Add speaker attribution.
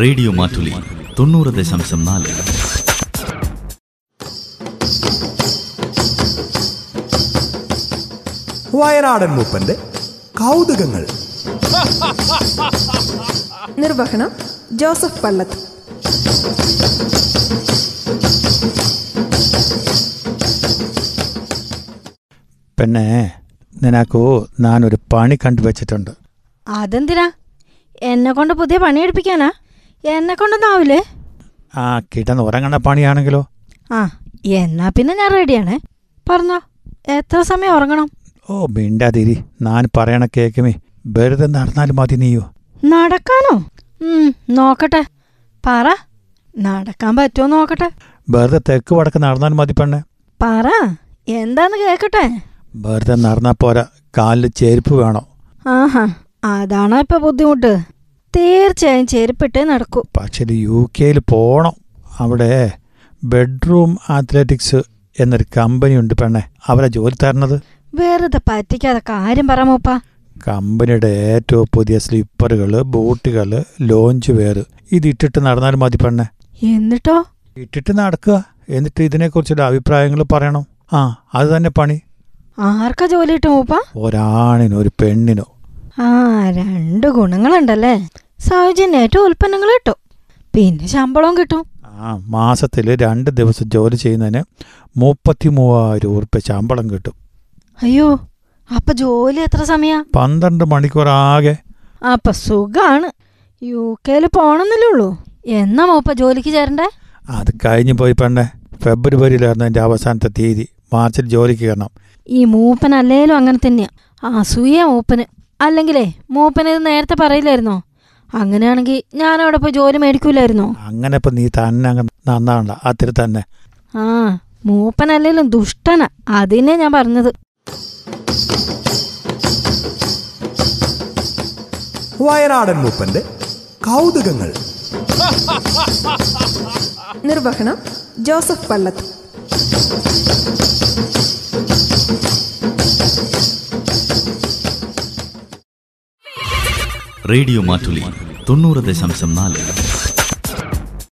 Speaker 1: radio Mattoli തൊണ്ണൂറ് ദശാംശം നാല്
Speaker 2: വയനാടൻ മൂപ്പന്റെ കൗതുകങ്ങൾ
Speaker 3: നിർവഹണം ജോസഫ് പള്ളത്ത്
Speaker 4: പെണ്ണേ നിനക്ക് ഞാനൊരു പണി കണ്ടുവച്ചിട്ടുണ്ട്
Speaker 5: അതെന്തിനാ എന്നെ കൊണ്ട് പുതിയ പണി എടുപ്പിക്കാനാ എന്നെ കൊണ്ടൊന്നും ആവില്ലേ
Speaker 4: ആ കിടന്ന് ഉറങ്ങണ പണിയാണെങ്കിലോ
Speaker 5: ആ എന്നാ പിന്നെ ഞാൻ റെഡിയാണേ പറഞ്ഞോ എത്ര സമയം ഉറങ്ങണം
Speaker 4: ഓ മിണ്ടാതിരി ഞാൻ പറയണ കേക്കുമേ വെറുതെ നടന്നാലും മതി നീയോ
Speaker 5: നടക്കാനോ ഉം, നോക്കട്ടെ പറ നടക്കാൻ പറ്റുമോ നോക്കട്ടെ
Speaker 4: വെറുതെ തെക്ക് വടക്ക് നടന്നാലും മതി പെണ്ണേ
Speaker 5: പറ എന്താന്ന് കേക്കട്ടെ
Speaker 4: വെറുതെ നടന്നാൽ പോരാ കാലിൽ ചെരുപ്പ് വേണോ
Speaker 5: ആഹാ അതാണോ ഇപ്പൊ ബുദ്ധിമുട്ട് തീർച്ചയായും ചെരുപ്പിട്ടേ നടക്കൂ
Speaker 4: പക്ഷേ യു കെയിൽ പോകണം അവിടെ ബെഡ്റൂം അത്ലറ്റിക്സ് എന്നൊരു കമ്പനി ഉണ്ട് പെണ്ണേ അവരെ ജോലി തരണത്
Speaker 5: വെറുതെ പറ്റിക്കാതെ കാര്യം പറ മൂപ്പ
Speaker 4: കമ്പനിയുടെ ഏറ്റവും പുതിയ സ്ലിപ്പറുകൾ ബൂട്ടുകൾ ലോഞ്ച് വെയർ ഇതിട്ടിട്ട് നടന്നാലും മതി പെണ്ണേ
Speaker 5: എന്നിട്ടോ
Speaker 4: ഇട്ടിട്ട് നടക്കുക എന്നിട്ട് ഇതിനെക്കുറിച്ചുള്ള അഭിപ്രായങ്ങൾ പറയണം ആ അത് തന്നെ പണി
Speaker 5: ആർക്കാ ജോലി കിട്ടും മൂപ്പ
Speaker 4: ഒരാണിനോ ഒരു പെണ്ണിനോ
Speaker 5: ആ രണ്ട് ഗുണങ്ങളുണ്ടല്ലേ സൗജന്യമായിട്ട് ഉൽപ്പന്നങ്ങൾ കിട്ടും പിന്നെ ശമ്പളവും കിട്ടും
Speaker 4: ആ മാസത്തിൽ രണ്ട് ദിവസം ജോലി ചെയ്യുന്നതിന് മുപ്പത്തി മൂവായിരം ഉറുപ്പ്യ ശമ്പളം കിട്ടും
Speaker 5: അയ്യോ അപ്പൊ ജോലി എത്ര സമയാ
Speaker 4: പന്ത്രണ്ട് മണിക്കൂർ ആകെ
Speaker 5: അപ്പൊ സുഖാണ് യു കെയിൽ പോണെന്നല്ലേ ഉള്ളൂ എന്നാ മൂപ്പ ജോലിക്ക് ചേരണ്ടേ
Speaker 4: അത് കഴിഞ്ഞു പോയി പെണ്ണേ ഫെബ്രുവരിയിലായിരുന്നു എൻ്റെ അവസാനത്തെ തീയതി മാർച്ചിൽ ജോലിക്ക് കയറണം
Speaker 5: ഈ മൂപ്പൻ അല്ലേലും അങ്ങനെ തന്നെയാ അസൂയ മൂപ്പന് അല്ലെങ്കിലേ മൂപ്പന് ഇത് നേരത്തെ പറയില്ലായിരുന്നോ അങ്ങനെയാണെങ്കിൽ ഞാൻ അവിടെ പോയി ജോലി മേടിക്കൂലായിരുന്നോ
Speaker 4: അങ്ങനെ ഇപ്പം നീ തന്നെ അങ്ങ് നന്നാണല്ലോ അത്തിരി തന്നെ
Speaker 5: ആ മൂപ്പൻ അല്ലേലും ദുഷ്ടന അതിനെ ഞാൻ പറഞ്ഞത്
Speaker 2: വയനാടൻ മൂപ്പന്റെ കൗതുകങ്ങൾ
Speaker 3: നിർവഹണം ജോസഫ് പള്ളത്ത്
Speaker 1: റേഡിയോ മാറ്റുലി തൊണ്ണൂറ് ദശാംശം നാല്